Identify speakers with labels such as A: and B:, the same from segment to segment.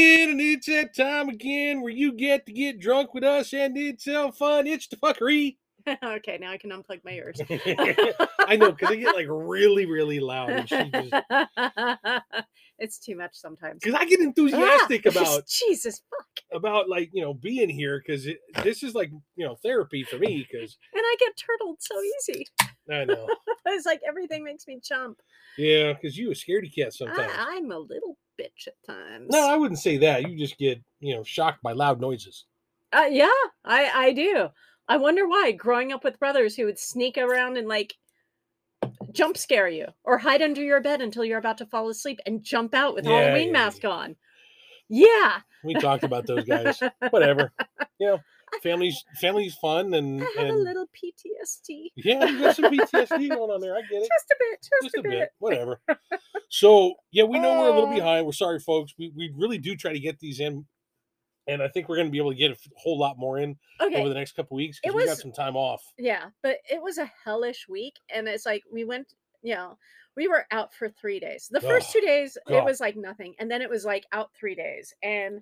A: It's that time again where you get to get drunk with us and it's so fun. It's the fuckery.
B: okay, now I can unplug my ears.
A: I know because I get like really, really loud. and she just-
B: it's too much sometimes.
A: Because I get enthusiastic
B: Ah,
A: about
B: Jesus fuck.
A: about like you know being here because this is like you know therapy for me because
B: And I get turtled so easy.
A: I know
B: It's like everything makes me jump.
A: yeah because you a scaredy cat sometimes.
B: I, am a little bitch at times.
A: No, I wouldn't say that. You just get you know shocked by loud noises.
B: Uh, yeah, I I do. I wonder why. Growing up with brothers who would sneak around and like jump scare you, or hide under your bed until you're about to fall asleep and jump out with
A: Yeah,
B: Halloween
A: yeah,
B: mask on. Yeah,
A: We talked about those guys. Whatever. You know, families family's fun and
B: I have a
A: and
B: little PTSD.
A: yeah, you got some PTSD going on there. I get it.
B: Just a bit, Oh.
A: Just
B: just,
A: a bit, whatever. So yeah, we know we're a little behind. We're sorry, folks. We we really do try to get these in, and I think we're going to be able to get a f- whole lot more in
B: Okay,
A: over the next couple weeks
B: It
A: because we got
B: was-
A: some time off.
B: yeah, but it was a hellish week, and it's like we went, you know, we were out for three days. The first
A: Ugh,
B: two days, it
A: God.
B: was like nothing, and then it was like out three days, and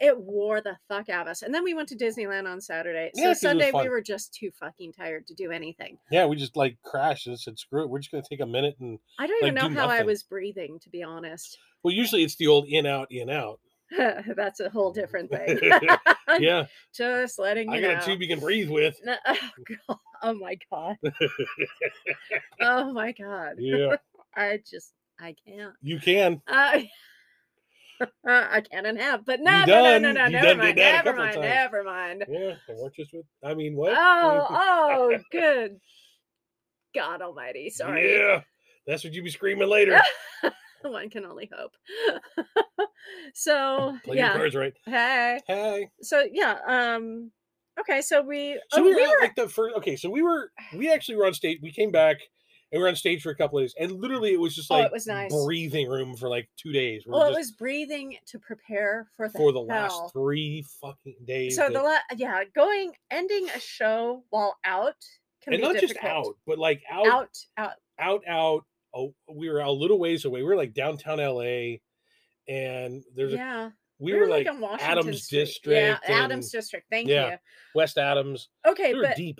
B: it wore the fuck out of us. And then we went to Disneyland on Saturday, so
A: Yeah, 'cause it was
B: Sunday we
A: fun.
B: were just too fucking tired to do anything.
A: Yeah, we just like crashed and said, screw it. We're just going to take a minute and
B: I don't even
A: Like, do
B: know how I
A: nothing.
B: was breathing, to be honest.
A: well, usually it's the old in out in out.
B: That's a whole different thing.
A: Yeah,
B: just letting you
A: I got
B: know.
A: a tube you can breathe with.
B: No- oh, God. oh my god. oh my god.
A: Yeah,
B: I just I can't.
A: you can.
B: Uh, I can and have, but no,
A: You
B: no, no, no,
A: done-
B: no,
A: you
B: never
A: done did
B: mind,
A: that a
B: never
A: couple
B: mind,
A: times.
B: never mind.
A: Yeah, and weren't just with. I mean, what?
B: Oh, oh, good. God Almighty, sorry.
A: Yeah, that's what you be screaming later.
B: One can only hope. so
A: Play your
B: yeah,
A: cards right.
B: hey.
A: Hey.
B: So yeah, um, okay. So we,
A: So
B: oh,
A: we were at, like the first. Okay, so we were. We actually were on stage. We came back and we were on stage for a couple of days, and literally it was just
B: Oh, it
A: like
B: was nice.
A: breathing room for like two days. We were
B: well, it
A: just-
B: was breathing to prepare for the
A: for the last
B: hell.
A: three fucking days.
B: So
A: that-
B: the la- yeah, going ending a show while out can
A: and
B: be
A: not just
B: difficult.
A: out, but like out, out,
B: out, out.
A: out. oh, we were a little ways away. We were like downtown LA, and there's a,
B: Yeah,
A: we were like
B: in Washington
A: Adams
B: Street.
A: District.
B: Yeah, Adams
A: and
B: District. Thank
A: yeah, West Adams.
B: you. Okay,
A: we were
B: but
A: deep.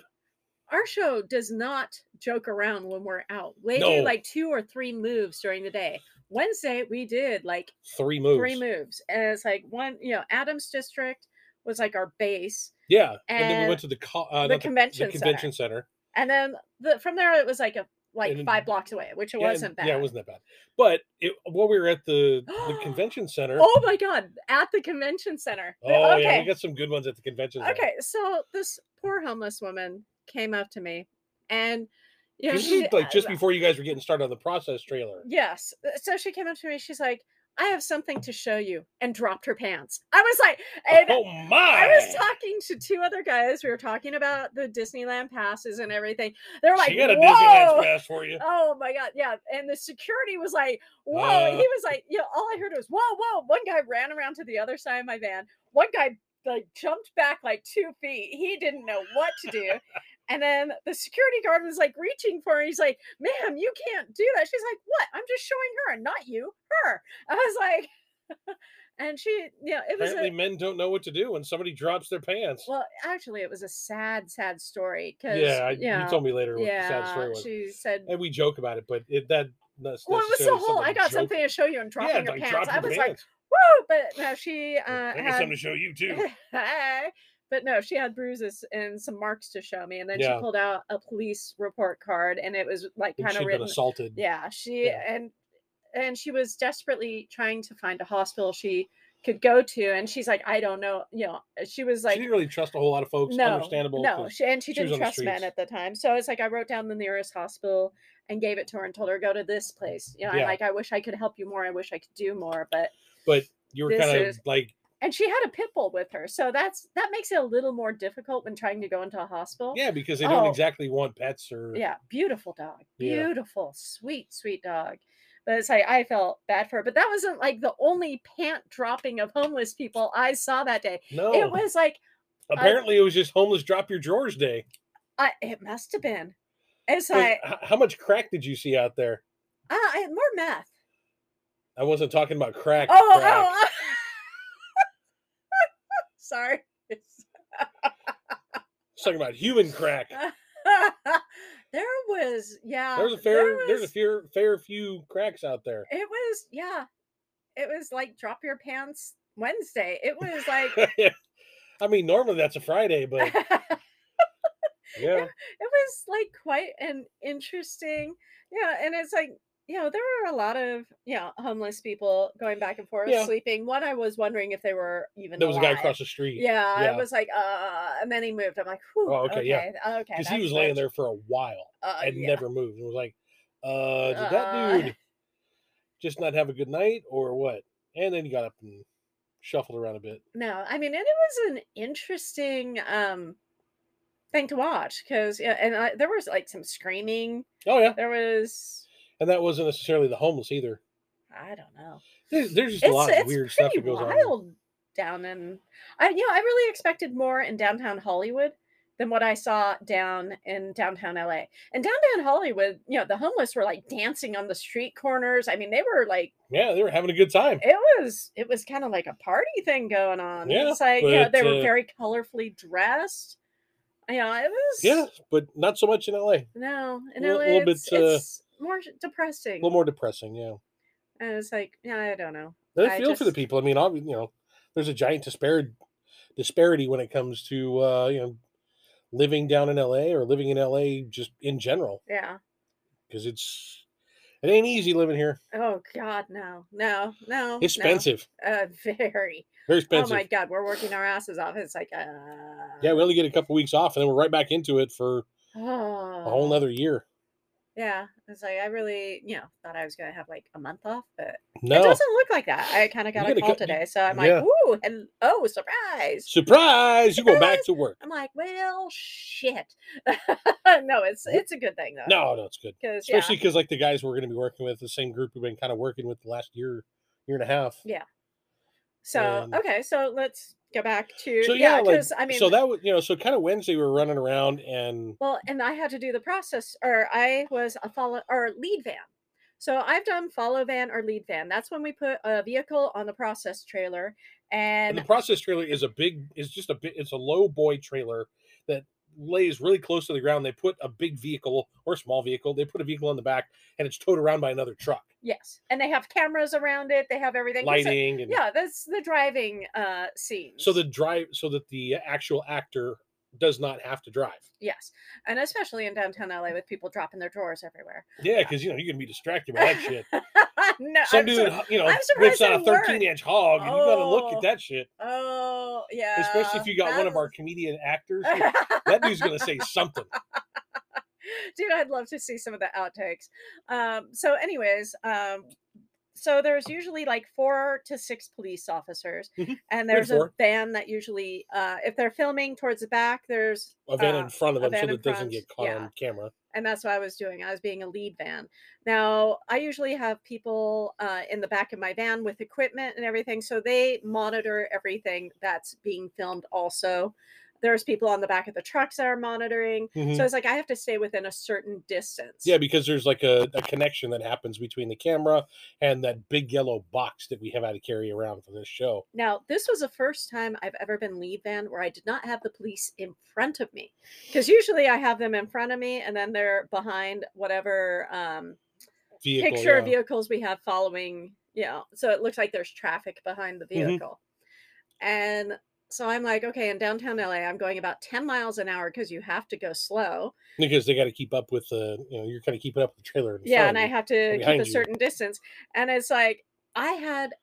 B: our show does not joke around when we're out. We
A: No.
B: do like two or three moves during the day. Wednesday we did like
A: Three moves.
B: three moves, and it's like one. You know, Adams District was like our base,
A: Yeah, and, then we
B: and
A: went to the co- uh,
B: the
A: not
B: convention
A: the convention center.
B: and then the, from there it was like a like
A: And-
B: five blocks away, which it
A: Yeah, and-
B: wasn't bad.
A: Yeah, it wasn't that bad. But it, while we were at the, the convention center,
B: Oh my god! At the convention center. The-
A: oh,
B: okay.
A: yeah, we got some good ones at the convention center.
B: Okay, so this poor homeless woman came up to me, and you know,
A: This
B: she,
A: is like just
B: uh,
A: before you guys were getting started on the process trailer.
B: yes. uh, So she came up to me. She's like, "I have something to show you," and dropped her pants. I was like, and
A: oh my!
B: I was talking to two other guys. We were talking about the Disneyland passes and everything. They're like,
A: she got a
B: "Whoa!"
A: Disneyland pass for you.
B: Oh my god, yeah. And the security was like, whoa.
A: Uh.
B: he was like, you know, all I heard was whoa, whoa. One guy ran around to the other side of my van. One guy like jumped back like two feet. He didn't know what to do. And then the security guard was like reaching for her. He's like, ma'am, you can't do that. She's like, what? I'm just showing her, not you, her. I was like, and she, yeah, it was
A: Apparently,
B: a,
A: men don't know what to do when somebody drops their pants.
B: well, actually, it was a sad, sad story because,
A: yeah, I,
B: yeah,
A: you told me later what the sad story
B: yeah,
A: was,
B: she said,
A: and we joke about it, but it that that's
B: Well, it was the
A: necessarily
B: whole. I
A: somebody
B: got
A: joke-
B: something to show you and dropping
A: yeah,
B: your
A: like,
B: pants.
A: dropping
B: I
A: your
B: was like,
A: pants.
B: woo! But no, she uh,
A: I got
B: had.
A: something to show you too.
B: Hey. But no, she had bruises and some marks to show me, and then
A: Yeah.
B: she pulled out a police report card, and it was like
A: And
B: kind of
A: she'd been
B: written.
A: assaulted.
B: Yeah, she
A: Yeah.
B: and and she was desperately trying to find a hospital she could go to, and she's like, I don't know, you know, she was
A: she
B: like,
A: didn't really trust a whole lot of folks. understandable.
B: no,
A: 'cause-
B: she, and she,
A: she was
B: didn't
A: on the
B: trust men
A: streets.
B: at the time. So it's like I wrote down the nearest hospital and gave it to her and told her go to this place. You know, I'm
A: Yeah.
B: like I wish I could help you more. I wish I could do more, but
A: but you were
B: this
A: kind of
B: is-
A: like
B: and she had a pit bull with her, so that's that makes it a little more difficult when trying to go into a hospital.
A: Yeah, because they don't
B: Oh.
A: exactly want pets or
B: Yeah, beautiful dog,
A: Yeah.
B: beautiful, sweet, sweet dog. But it's like I felt bad for her. But that wasn't like the only pant dropping of homeless people I saw that day.
A: no.
B: It was like
A: Apparently, it was just homeless drop your drawers day.
B: I, it must have been. It's
A: 'Cause
B: like
A: h- how much crack did you see out there?
B: uh, more meth.
A: I wasn't talking about crack.
B: Oh,
A: crack.
B: oh, Sorry. It's-
A: It's talking about human crack.
B: Uh, there was yeah.
A: There's a fair, there's a fair, fair few cracks out there.
B: it was yeah. It was like drop your pants Wednesday. It was like
A: I mean, normally that's a Friday, but
B: it
A: yeah,
B: was like quite an interesting yeah, and it's like you know, there were a lot of yeah, homeless people going back and forth
A: Yeah.
B: sleeping. One I was wondering if they were even
A: there was a guy
B: alive.
A: across the street.
B: Yeah,
A: Yeah.
B: I was like, uh, and then he moved. I'm like, whew,
A: Oh, okay, yeah.
B: okay,
A: because he
B: that's
A: was laying
B: nice."
A: there for a while
B: Uh,
A: and
B: yeah.
A: never moved. And was like, uh, did
B: Uh.
A: that dude just not have a good night or what? And then he got up and shuffled around a bit.
B: No, I mean, and it was an interesting um thing to watch because yeah, and I, there was like some screaming.
A: Oh yeah,
B: There was,
A: and that wasn't necessarily the homeless either.
B: I don't know.
A: There's, there's just a
B: It's
A: lot
B: it's
A: of weird stuff
B: pretty
A: that goes on.
B: wild down in. I you know I really expected more in downtown Hollywood than what I saw down in downtown LA. And downtown Hollywood, you know, the homeless were like dancing on the street corners. I mean, they were like
A: Yeah, they were having a good time.
B: it was it was kind of like a party thing going on.
A: Yeah,
B: it's like you know,
A: but,
B: they
A: uh,
B: were very colorfully dressed. You know, it was
A: Yeah, but not so much in LA. A
B: no, in
A: Little-
B: LA,
A: little bit,
B: it's,
A: uh,
B: it's more depressing.
A: little more depressing. Yeah,
B: and it's like, yeah, I don't know.
A: and I
B: I
A: feel for the
B: just-
A: people. I mean, obviously, you know, there's a giant disparity disparity when it comes to uh, you know living down in LA or living in LA just in general.
B: Yeah.
A: because it's it ain't easy living here.
B: Oh God, no, no, no.
A: It's
B: no.
A: expensive,
B: Uh, very.
A: very
B: Oh
A: expensive.
B: my God, we're working our asses off. It's like, uh,
A: yeah, we only get a couple weeks off, and then we're right back into it for
B: oh.
A: a whole nother year.
B: Yeah, it's like I really, you know, thought I was gonna have like a month off, but
A: No
B: It doesn't look like that. I kind of got
A: gotta go-
B: a call
A: Oh. you-
B: today, so I'm
A: yeah.
B: like, ooh, and oh, surprise.
A: surprise, you go back
B: Surprise!
A: to work.
B: I'm like, well, shit. no, it's it's a good thing though.
A: No, no, it's good,
B: because yeah,
A: especially because like the guys we're going to be working with, the same group we've been kind of working with the last year, year and a half.
B: Yeah. so
A: um,
B: okay, so let's go back to
A: So yeah,
B: yeah,
A: like,
B: because I mean,
A: so that was you know, so kind of Wednesday we were running around and
B: well, and I had to do the process, or I was a follow or lead van. So I've done follow van or lead van. That's when we put a vehicle on the process trailer,
A: and
B: and
A: the process trailer is a big, it's just a bit, it's a low boy trailer that lays really close to the ground. They put a big vehicle or a small vehicle, they put a vehicle on the back, and it's towed around by another truck.
B: yes, and they have cameras around it. They have everything. 'cause it-
A: lighting and
B: yeah that's the driving uh scene
A: so the drive so that the actual actor does not have to drive
B: yes and especially in downtown la with people dropping their drawers everywhere
A: yeah because you know you're gonna be distracted by that shit
B: no
A: some
B: I'm
A: dude
B: sorry.
A: you know
B: I'm
A: rips
B: surprised
A: out a
B: it worked.
A: 13 inch hog and you gotta look
B: Oh.
A: at that shit
B: oh yeah
A: especially if you got one
B: that
A: of our
B: is-
A: comedian actors yeah, that dude's gonna say something
B: dude i'd love to see some of the outtakes um so anyways um so there's usually like four to six police officers
A: Mhm.
B: and
A: Good
B: there's a
A: four.
B: van that usually uh if they're filming towards the back there's
A: a van
B: Uh,
A: in front of
B: a
A: him so
B: van
A: that
B: in
A: it doesn't
B: front,
A: get caught
B: yeah.
A: on camera
B: and that's what I was doing. I was being a lead van. Now I usually have people uh, in the back of my van with equipment and everything, so they monitor everything that's being filmed. Also, there's people on the back of the trucks that are monitoring.
A: Mhm.
B: So it's like I have to stay within a certain distance.
A: yeah because there's like a, a connection that happens between the camera and that big yellow box that we have had to carry around for this show
B: Now this was the first time I've ever been lead van where I did not have the police in front of me, because usually I have them in front of me and then they're behind whatever um,
A: vehicle
B: picture
A: yeah.
B: of vehicles we have following you know so it looks like there's traffic behind the
A: Mhm.
B: vehicle and so i'm like okay in downtown la i'm going about 10 miles an hour because you have to go slow
A: because they got to keep up with the you know you're kind of keeping up with the trailer in
B: yeah
A: front
B: and
A: of
B: i
A: you.
B: have to keep
A: behind
B: a
A: you.
B: certain distance and it's like i had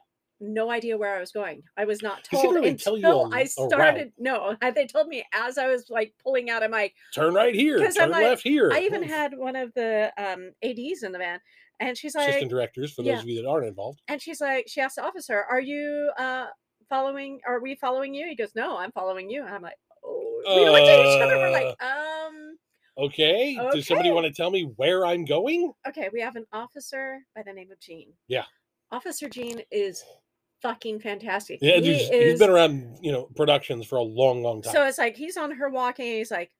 B: no idea where i was going i was
A: 'Cause
B: not
A: they don't
B: told
A: really
B: until
A: tell you on a
B: i
A: route.
B: started no I- they told me as i was like pulling out of my
A: turn right here,
B: 'Cause
A: turn
B: I'm like-
A: left here.
B: i even
A: Oh,
B: had one of the um ads in the van and she's like
A: assistant directors for
B: yeah.
A: those of you that aren't involved.
B: And she's like, she asked the officer, "Are you uh following? Are we following you?" He goes, "No, I'm following you." And I'm like, "Oh." We looked at each other. We're like,
A: Uh.
B: "Um,
A: Okay, does somebody
B: Okay.
A: want to tell me where I'm going?
B: okay, we have an officer by the name of Gene."
A: Yeah.
B: Officer Gene is fucking fantastic.
A: Yeah,
B: he
A: dude's-
B: is.
A: he's been around, you know, productions for a long, long time.
B: so it's like he's on her walking. And he's like,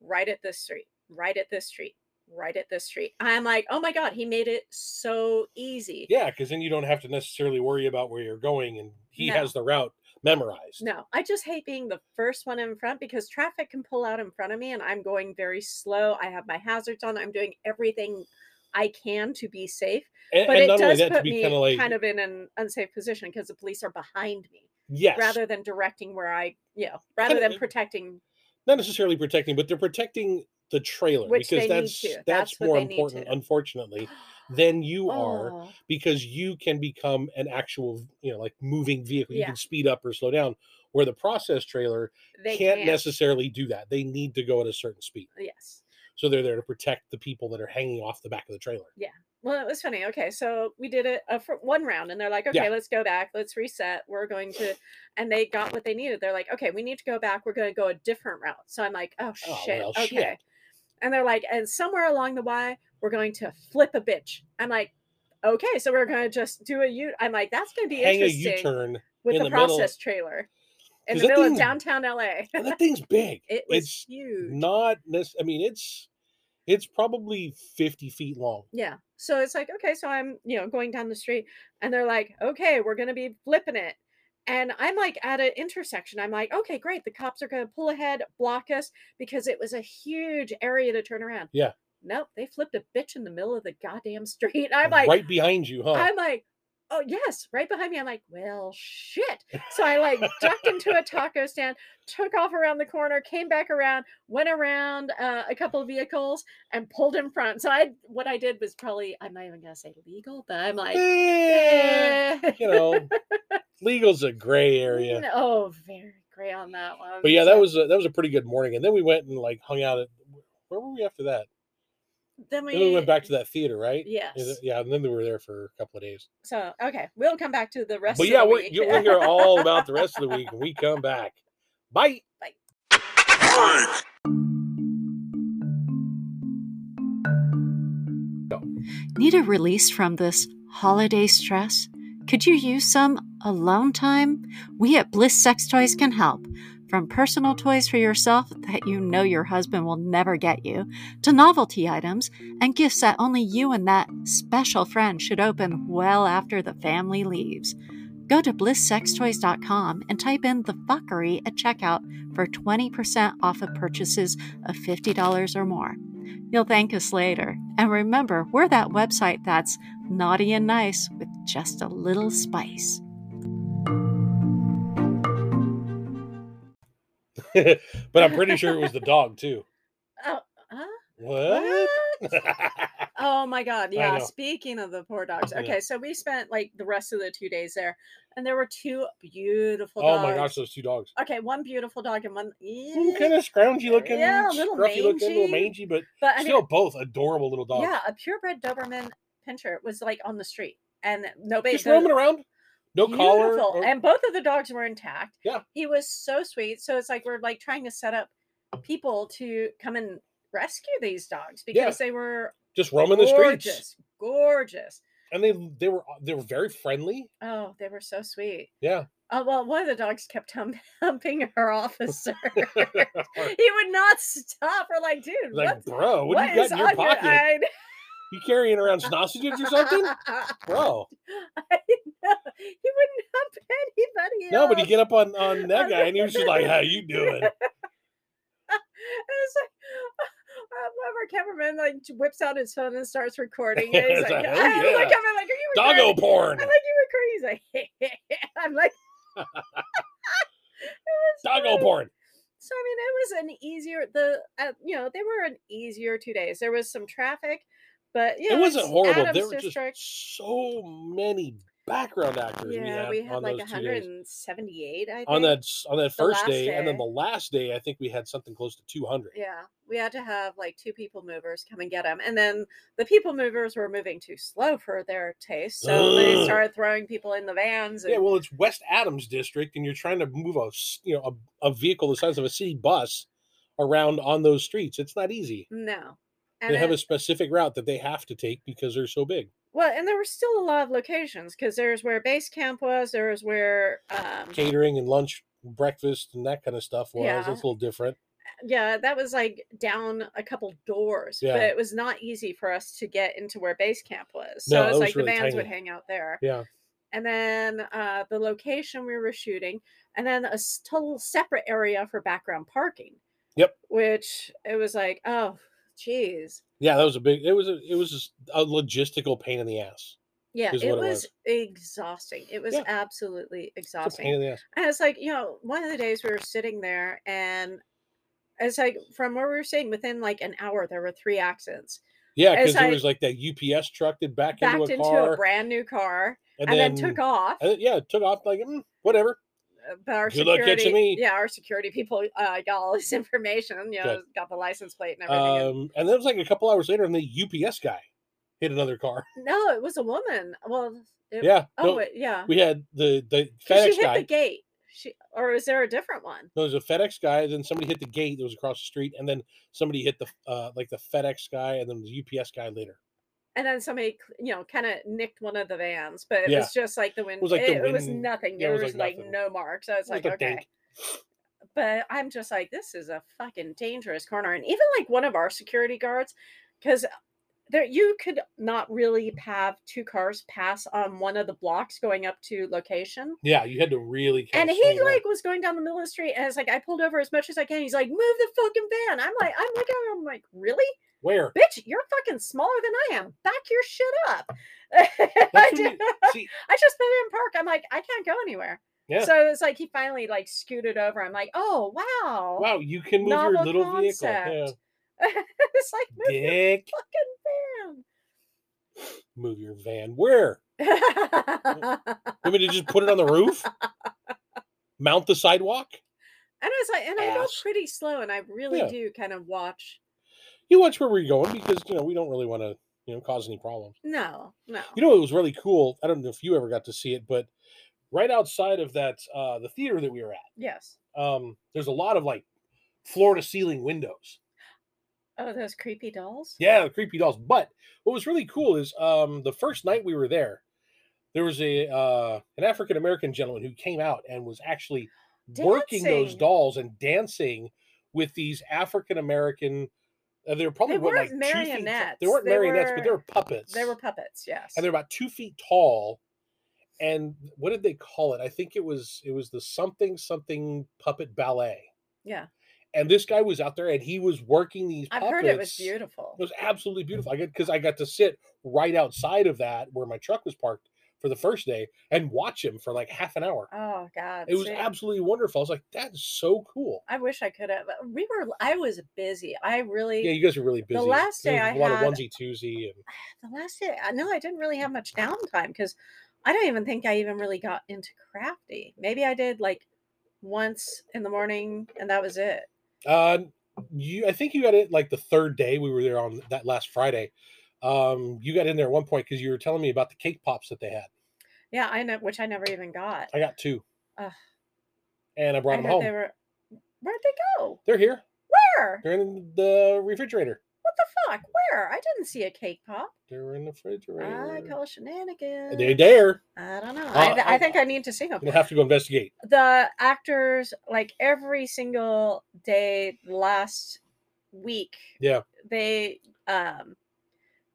B: "Right at this street. Right at this street. Right at this street." I'm like, "Oh my god, he made it so easy."
A: yeah, because then you don't have to necessarily worry about where you're going, and he
B: No.
A: has the route memorized.
B: No, I just hate being the first one in front because traffic can pull out in front of me and I'm going very slow. I have my hazards on. I'm doing everything I can to be safe.
A: And,
B: But
A: and
B: it
A: not only
B: does
A: that, to
B: put
A: be
B: me
A: kind of like,
B: kind of in an unsafe position because the police are behind me
A: yes,
B: rather than directing where I, you know, rather
A: Kinda-
B: than protecting
A: not necessarily protecting, but they're protecting the trailer
B: Which
A: because
B: they need
A: that's
B: to.
A: that's,
B: That's what
A: more
B: they need
A: important,
B: to.
A: unfortunately, than you are
B: Oh,
A: because you can become an actual, you know, like moving vehicle. You
B: Yeah.
A: can speed up or slow down. Where the process trailer
B: They
A: can't necessarily do that. They need to go at a certain speed.
B: Yes.
A: So they're there to protect the people that are hanging off the back of the trailer.
B: Well, it was funny. Okay, so we did it uh, for one round, and they're like,
A: Yeah.
B: "Okay, let's go back. Let's reset. We're going to," and they got what they needed. They're like, "Okay, we need to go back. We're going to go a different route." So I'm like, "Oh
A: Oh,
B: shit,
A: well,
B: okay."
A: shit.
B: And they're like, "And somewhere along the way, we're going to flip a bitch." I'm like, "Okay, so we're going to just do a U." I'm like, "That's going to be
A: Hang a U
B: interesting
A: turn.
B: with
A: in
B: the,
A: the middle.
B: process trailer in
A: 'Cause
B: the
A: that
B: middle
A: thing-
B: of downtown LA."
A: That thing's big.
B: it was
A: it's
B: huge.
A: not this. I mean, it's it's probably fifty feet long.
B: Yeah. So it's like, okay, so I'm, you know, going down the street and they're like, okay, we're going to be flipping it. And I'm like at an intersection. I'm like, okay, great. The cops are going to pull ahead, block us because it was a huge area to turn around.
A: Yeah.
B: Nope. They flipped a bitch in the middle of the goddamn street. I'm like,
A: right behind you, huh?
B: I'm like, oh yes, right behind me. I'm like, well, shit. So I like ducked into a taco stand, took off around the corner, came back around, went around uh, a couple of vehicles, and pulled in front. So I, what I did was probably, I'm not even gonna say legal, but I'm like,
A: Eh,
B: eh,
A: you know, legal's a gray area.
B: n- Oh, very gray on that one.
A: But yeah, that
B: So
A: was a, that was a pretty good morning. And then we went and like hung out at where were we after that?
B: Then we,
A: Then we went back to that theater, right?
B: Yes.
A: Yeah, th- Yeah, and then we were there for a couple of days.
B: So okay, we'll come back to the rest.
A: But
B: of
A: yeah,
B: the
A: we,
B: week.
A: you'll hear all about the rest of the week when we come back. Bye.
C: Need a release from this holiday stress? Could you use some alone time? We at Bliss Sex Toys can help. From personal toys for yourself that you know your husband will never get you, to novelty items and gifts that only you and that special friend should open well after the family leaves. Go to blisssextoys.com and type in the fuckery at checkout for 20% off of purchases of $50 or more. You'll thank us later. And remember, we're that website that's naughty and nice with just a little spice.
A: but I'm pretty sure it was the dog too.
B: Oh, huh?
A: What?
B: Oh my god,
A: I
B: yeah.
A: know.
B: Speaking of the poor dogs,
A: Yeah.
B: okay, so we spent like the rest of the two days there, and there were two beautiful
A: oh
B: dogs.
A: my gosh, those two dogs.
B: Okay, one beautiful dog and one
A: Ooh, kind of scroungy looking,
B: Yeah, a little
A: scruffy looking, little
B: mangy.
A: mangy, but
B: but I mean,
A: still both adorable little dogs.
B: yeah, a purebred Doberman pincher was like on the street, and nobody
A: just
B: knew-
A: roaming around, no collar.
B: Beautiful.
A: or-
B: and both of the dogs were intact.
A: Yeah.
B: he was so sweet. So it's like we're like trying to set up people to come and rescue these dogs because they were
A: just roaming the
B: gorgeous,
A: streets,
B: gorgeous.
A: and they they were they were very friendly.
B: Oh, they were so sweet.
A: Yeah.
B: Oh well, one of the dogs kept hum- humping her officer. he would not stop. We're like, dude,
A: like,
B: what?
A: bro, what,
B: what
A: do you
B: is
A: got in your
B: on
A: pocket?
B: I-
A: You carrying around sausages or something, bro?
B: I know. He wouldn't hump anybody.
A: No, but he
B: else.
A: get up on on that guy, and he was just like, "How you doing?"
B: And it's like, I love our cameraman. Like whips out his phone and starts recording. And
A: It's
B: he's like,
A: like, "Hell
B: I look
A: yeah.
B: up, I'm like, are you recording?"
A: Doggo porn,
B: I'm like, you recording? He's like, I'm like, It was
A: doggo
B: so
A: porn.
B: So I mean, it was an easier the uh, you know they were an easier two days. There was some traffic, but you know,
A: it wasn't
B: it's
A: horrible.
B: Adams
A: there were
B: district.
A: just so many background actors.
B: yeah,
A: we
B: we
A: had,
B: had
A: on
B: like
A: those two days.
B: 178. I think.
A: On that s- on that first
B: last
A: day, and then
B: day.
A: the last day, I think we had something close to two hundred.
B: Yeah, we had to have like two people movers come and get them, and then the people movers were moving too slow for their taste, so they
A: Ugh.
B: started throwing people in the vans. And,
A: Yeah, well, it's West Adams District, and you're trying to move a s- you know a, a vehicle the size of a city bus around on those streets. It's not easy.
B: no, and
A: They have
B: then-
A: a specific route that they have to take because they're so big.
B: well, and there were still a lot of locations because there's where base camp was, there was where um,
A: Catering and lunch, breakfast, and that kind of stuff was
B: Yeah.
A: it's a little different.
B: yeah, that was like down a couple doors,
A: Yeah.
B: but it was not easy for us to get into where base camp was.
A: No,
B: So
A: that
B: it's
A: was
B: like
A: really
B: the vans would
A: tiny.
B: hang out there.
A: Yeah.
B: and then uh, the location we were shooting, and then a s- total separate area for background parking.
A: Yep.
B: Which it was like, oh, geez.
A: Yeah, that was a big. It was a, it was just a logistical pain in the ass.
B: Yeah,
A: Is
B: it
A: what
B: was,
A: it was.
B: exhausting. It was
A: Yeah.
B: absolutely
A: It's a
B: exhausting.
A: pain in the ass.
B: And it's like, you know, one of the days we were sitting there and it's like from where we were sitting within like an hour, there were three accidents.
A: Yeah,
B: It's
A: because there
B: like-
A: was like that UPS truck that backed,
B: Backed
A: into a
B: into
A: car
B: a brand new car
A: and,
B: and, then, took off.
A: and then- yeah, it took off like mm, whatever.
B: uh, But our
A: Good luck
B: security,
A: catching me.
B: yeah, our security people uh, got all this information, you know,
A: Good.
B: got the license plate and everything. and-
A: Um, and then it was like a couple hours later, and the UPS guy hit another car.
B: no, it was a woman. Well, it,
A: Yeah.
B: Oh,
A: no,
B: it, yeah.
A: we had the the
B: 'Cause she
A: FedEx
B: hit
A: guy.
B: the gate. She or is there a different one?
A: there was a FedEx guy, then somebody hit the gate that was across the street, and then somebody hit the uh, like the FedEx guy, and then the UPS guy later.
B: And then somebody, cl- you know, kind of nicked one of the vans, but it
A: Yeah.
B: was just like the wind. It
A: was
B: was,
A: like the
B: it was
A: wind-
B: nothing.
A: yeah, it
B: there
A: was,
B: was,
A: like,
B: like,
A: nothing.
B: no marks. I was
A: It
B: like,
A: was a
B: okay.
A: dink.
B: But I'm just like, this is a fucking dangerous corner. And even like one of our security guards, because there you could not really have two cars pass on one of the blocks going up to location.
A: Yeah, you had to really. kinda
B: And
A: swing
B: he
A: around.
B: like was going down the middle of the street, and it's like I pulled over as much as I can. He's like, "Move the fucking van!" I'm like, "Oh I'm looking at him like, "Really,
A: where?
B: bitch? You're fucking smaller than I am. Back your shit up." I,
A: what
B: did-
A: you- See,
B: I just put it in park. I'm like, I can't go anywhere.
A: Yeah.
B: So it's like he finally like scooted over. I'm like, "Oh wow,
A: wow, you can move your
B: Novel
A: little vehicle.
B: concept. it's like move
A: Yeah. Dick, move your van. Where?
B: your fucking van."
A: You want me to just put it on the roof? Mount the sidewalk?
B: and it's like, and I go
A: Ass.
B: pretty slow, and I really
A: Yeah.
B: do kind of watch.
A: You watch where we're going because you know we don't really want to you know cause any problems.
B: No, no.
A: You know, it was really cool. I don't know if you ever got to see it, but right outside of that, uh, the theater that we were at,
B: yes.
A: um, there's a lot of like floor to ceiling windows.
B: Oh, those creepy dolls.
A: Yeah, the creepy dolls. But what was really cool is um, the first night we were there, there was a uh, an African American gentleman who came out and was actually working those
B: Dancing.
A: dolls and dancing with these African American. Uh, they were probably
B: They
A: what, like
B: weren't
A: two feet t-
B: marionettes,
A: They weren't
B: they
A: marionettes, but they
B: were-
A: were puppets.
B: They were puppets, yes.
A: and they're about two feet tall. And what did they call it? I think it was it was the something something puppet ballet.
B: yeah,
A: And this guy was out there and he was working these.
B: I've heard it was
A: puppets.
B: beautiful.
A: It was absolutely beautiful. I get because I got to sit right outside of that where my truck was parked for the first day and watch him for like half an hour.
B: Oh God,
A: It was
B: see,
A: absolutely wonderful. I was like, that's so cool.
B: I wish I could have. We were. I was busy. I really.
A: Yeah, you guys are really busy.
B: last
A: There
B: day
A: was
B: I
A: a lot
B: had-
A: of onesie twosie and
B: The last day, I know I didn't really have much downtime because I don't even think I even really got into crafty. Maybe I did like once in the morning, and that was it.
A: Uh, you, I think you got it like the third day we were there on that last Friday. Um, you got in there at one point because you were telling me about the cake pops that they had.
B: Yeah, I know, which I never even got.
A: I got two,
B: Ugh.
A: and I
B: I
A: brought them
B: heard
A: home.
B: they
A: They
B: were. Where'd they go?
A: are here.
B: Where?
A: They're in the refrigerator.
B: What the fuck? Where? I didn't see a cake pop.
A: They're in the
B: I
A: refrigerator.
B: call shenanigans.
A: They dare.
B: I don't know. I,
A: Uh,
B: th- I
A: I-
B: think I need to see them.
A: We'll have to go investigate.
B: The actors, like every single day last week,
A: Yeah.
B: they um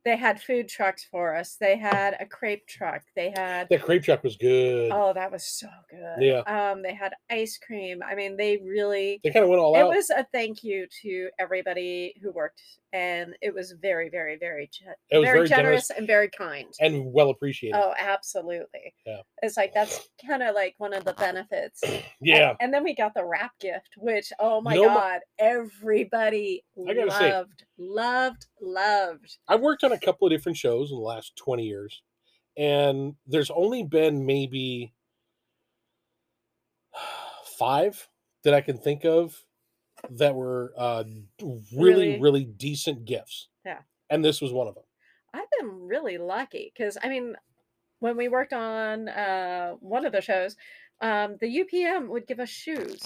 B: they had food trucks for us. They had a crepe truck. They had
A: That crepe truck was good.
B: oh, that was so good.
A: Yeah.
B: Um, they had ice cream. I mean, they really.
A: they kind of went all
B: It
A: out.
B: was a thank you to everybody who worked, and it was very, very, very, ge-
A: It was very
B: generous
A: generous.
B: and very kind.
A: and well appreciated.
B: Oh, absolutely.
A: Yeah.
B: It's like that's kind of like one of the benefits. A-
A: yeah.
B: And then we got the wrap gift, which oh my
A: No mo-
B: god, everybody
A: I gotta say-
B: loved, loved, loved.
A: I've worked on a couple of different shows in the last 20 years, and there's only been maybe five that I can think of that were uh, really, really,
B: Really?
A: decent gifts.
B: Yeah.
A: And this was one of them.
B: I've been really lucky because I mean, when we worked on uh, one of the shows, um, the UPM would give us shoes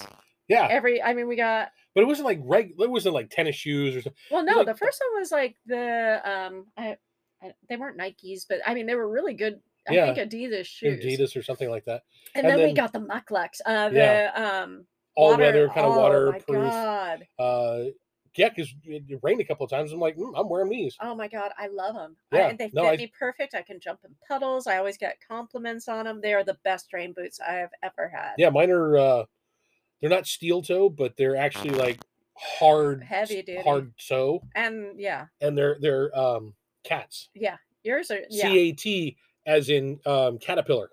A: Yeah.
B: every. I mean, we got
A: But it wasn't like regular, it wasn't like tennis shoes or something.
B: well, no,
A: like
B: the
A: the-
B: first one was like the um, I, I, they weren't Nikes, but I mean, they were really good. I
A: Yeah.
B: think Adidas shoes.
A: Adidas or something like that.
B: and,
A: And
B: then, we
A: then-
B: got the mucklucks. Uh, the
A: Yeah.
B: um,
A: All
B: water-
A: weather, kind of
B: oh my
A: waterproof.
B: God.
A: Uh, yeah, because it it rained a couple of times. I'm like, mm, I'm wearing these.
B: Oh my god, I love them.
A: Yeah,
B: and they
A: no,
B: fit
A: I-
B: me perfect. I can jump in puddles. I always get compliments on them. They are the best rain boots I have ever had.
A: Yeah, mine are. Uh, they're not steel toe, but they're actually like hard,
B: Heavy duty.
A: hard toe,
B: And yeah,
A: and they're they're um cats.
B: yeah, yours are yeah,
A: C A T as in um caterpillar.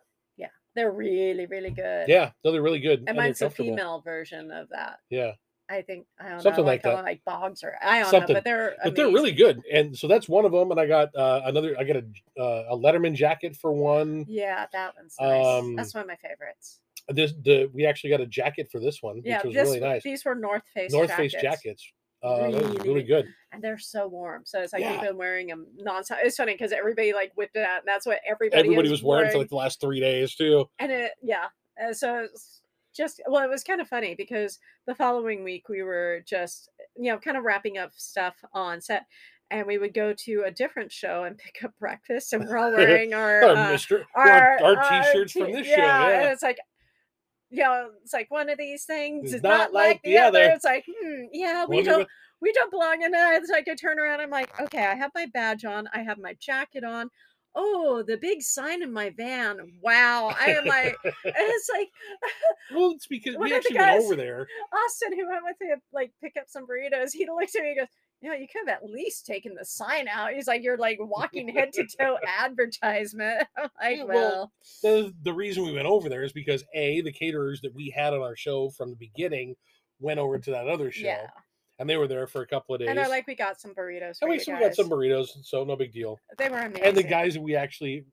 B: they're really really good.
A: Yeah, no, they're really good.
B: and
A: they're
B: mine's a
A: comfortable.
B: female version of that.
A: Yeah,
B: I think I don't
A: Something
B: know,
A: like
B: I call
A: that.
B: them, like bogs or I don't
A: Something.
B: know, but they're
A: but they're really
B: amazing.
A: good, and so that's one of them. And I got uh, another. I got a uh, a Letterman jacket for one.
B: Yeah, that one's nice.
A: Um,
B: That's one of my favorites.
A: This the we actually got a jacket for this one,
B: Yeah,
A: which was
B: this,
A: really nice.
B: these were North Face
A: North
B: jackets,
A: Face jackets. Uh, those were really
B: Really
A: good.
B: and they're so warm. So it's like
A: Yeah.
B: you've been wearing them nonstop. It's funny because everybody like whipped it out, and that's what everybody
A: Everybody
B: is
A: was wearing for like the last three days too.
B: and it yeah uh, so it's just well it was kind of funny because the following week we were just you know kind of wrapping up stuff on set and we would go to a different show and pick up breakfast and we're all wearing our
A: Our,
B: uh,
A: Mr.
B: our,
A: our, our
B: our
A: t-shirts from
B: t-
A: this
B: yeah,
A: show.
B: and
A: Yeah.
B: it's like you know it's like one of these things
A: Is
B: is
A: not
B: not
A: like
B: like
A: the
B: the other,
A: other.
B: it's like hmm, yeah we
A: Wonder
B: don't
A: what-
B: we don't belong in that. It's like I turn around, I'm like, okay, I have my badge on, I have my jacket on. Oh, the big sign in my van. Wow. I am like, and it's like
A: well, it's because
B: one
A: we
B: of the
A: actually went
B: guys-
A: over there.
B: Austin, who went with me to like pick up some burritos, he looks at me and goes, you know, you could have at least taken the sign out. He's like, you're like walking head to toe advertisement. I'm like,
A: Yeah, Eh, well,
B: well,
A: The, the reason we went over there is because a the caterers that we had on our show from the beginning went over to that other show,
B: yeah.
A: and they were there for a couple of days.
B: And they're like, we got some burritos. For
A: And we,
B: you
A: so we got some
B: guys."
A: burritos, so no big deal.
B: They were amazing.
A: And the guys that we actually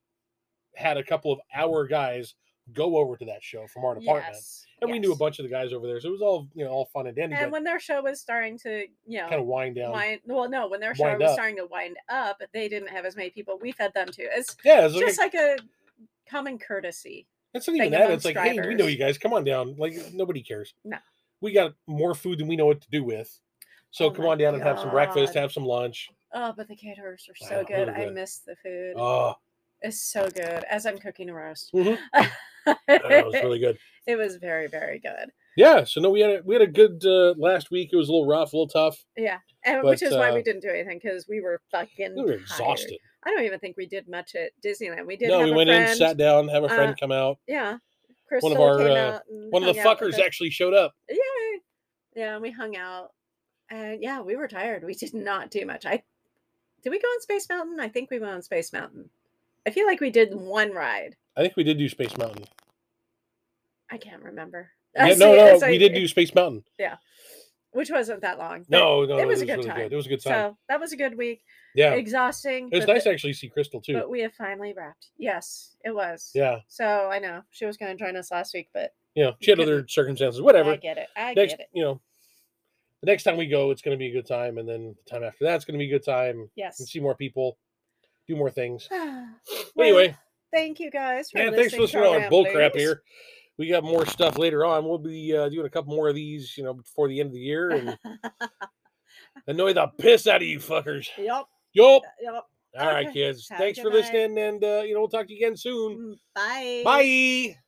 A: had a couple of our guys go over to that show from our department.
B: Yes,
A: and we knew a
B: yes.
A: bunch of the guys over there, so it was all you know, all fun and dandy.
B: And
A: but
B: when their show was starting to, you know,
A: kind of wind down.
B: wind well no when their show
A: Wind
B: was
A: up.
B: starting to wind up they didn't have as many people we fed them to it's
A: yeah, it's like,
B: just like a common courtesy
A: it's not even
B: thing
A: that. It's
B: amongst
A: like, hey, we know
B: drivers.
A: you guys. Come on down. Like nobody cares.
B: No.
A: we got more food than we know what to do with. So
B: Oh
A: come
B: my
A: on down and have some breakfast,
B: God.
A: have some lunch.
B: oh but the caterers are
A: Yeah,
B: so good
A: really
B: i
A: good.
B: miss the food
A: Oh,
B: it's so good as i'm cooking a roast
A: mhm. that was really good.
B: it was very very good
A: Yeah. So no, we had a, we had a good uh, last week. It was a little rough, a little tough.
B: yeah and
A: But,
B: which is why
A: uh,
B: we didn't do anything because we were fucking
A: We were
B: tired.
A: exhausted.
B: i don't even think we did much at disneyland we did
A: No,
B: have
A: we
B: a
A: went
B: friend
A: in, sat down, have a friend
B: uh,
A: come out.
B: yeah Crystal
A: our,
B: came
A: uh,
B: out and
A: One of the
B: hung out with
A: fuckers
B: us.
A: actually showed up.
B: yeah yeah and we hung out and yeah we were tired we did not do much i did we go on space mountain i think we went on space mountain i feel like we did one ride
A: I think we did do Space
B: Uh,
A: Mountain.
B: i can't remember I
A: Yeah,
B: see
A: no,
B: it
A: no,
B: as I-
A: we did do Space Mountain.
B: which wasn't that long but
A: No, no,
B: it was a good
A: really
B: time.
A: Good. It was a good time.
B: so that was a good week
A: yeah,
B: exhausting
A: it was
B: but,
A: nice
B: the-
A: to actually see Crystal too.
B: but we have finally wrapped yes it was
A: Yeah,
B: so i know she was going to join us last week but
A: you know, she had
B: Good.
A: other circumstances. Whatever.
B: i get it i
A: next,
B: get it
A: you know, the next time we go, it's going to be a good time, and then the time after that's going to be a good time.
B: yes
A: And see more people, do more things.
B: Well,
A: anyway,
B: thank you guys for
A: yeah, thanks for listening
B: to
A: to our bull crap
B: ramblings.
A: here. We got more stuff later on. We'll be uh, doing a couple more of these, you know, before the end of the year, and annoy the piss out of you fuckers.
B: yep
A: Yup.
B: yep
A: All right,
B: Okay.
A: kids.
B: Have a
A: Thanks
B: good
A: for
B: night. Mm-hmm.
A: listening, and uh, you know we'll talk to you again soon.
B: Mm, Bye.
A: Bye.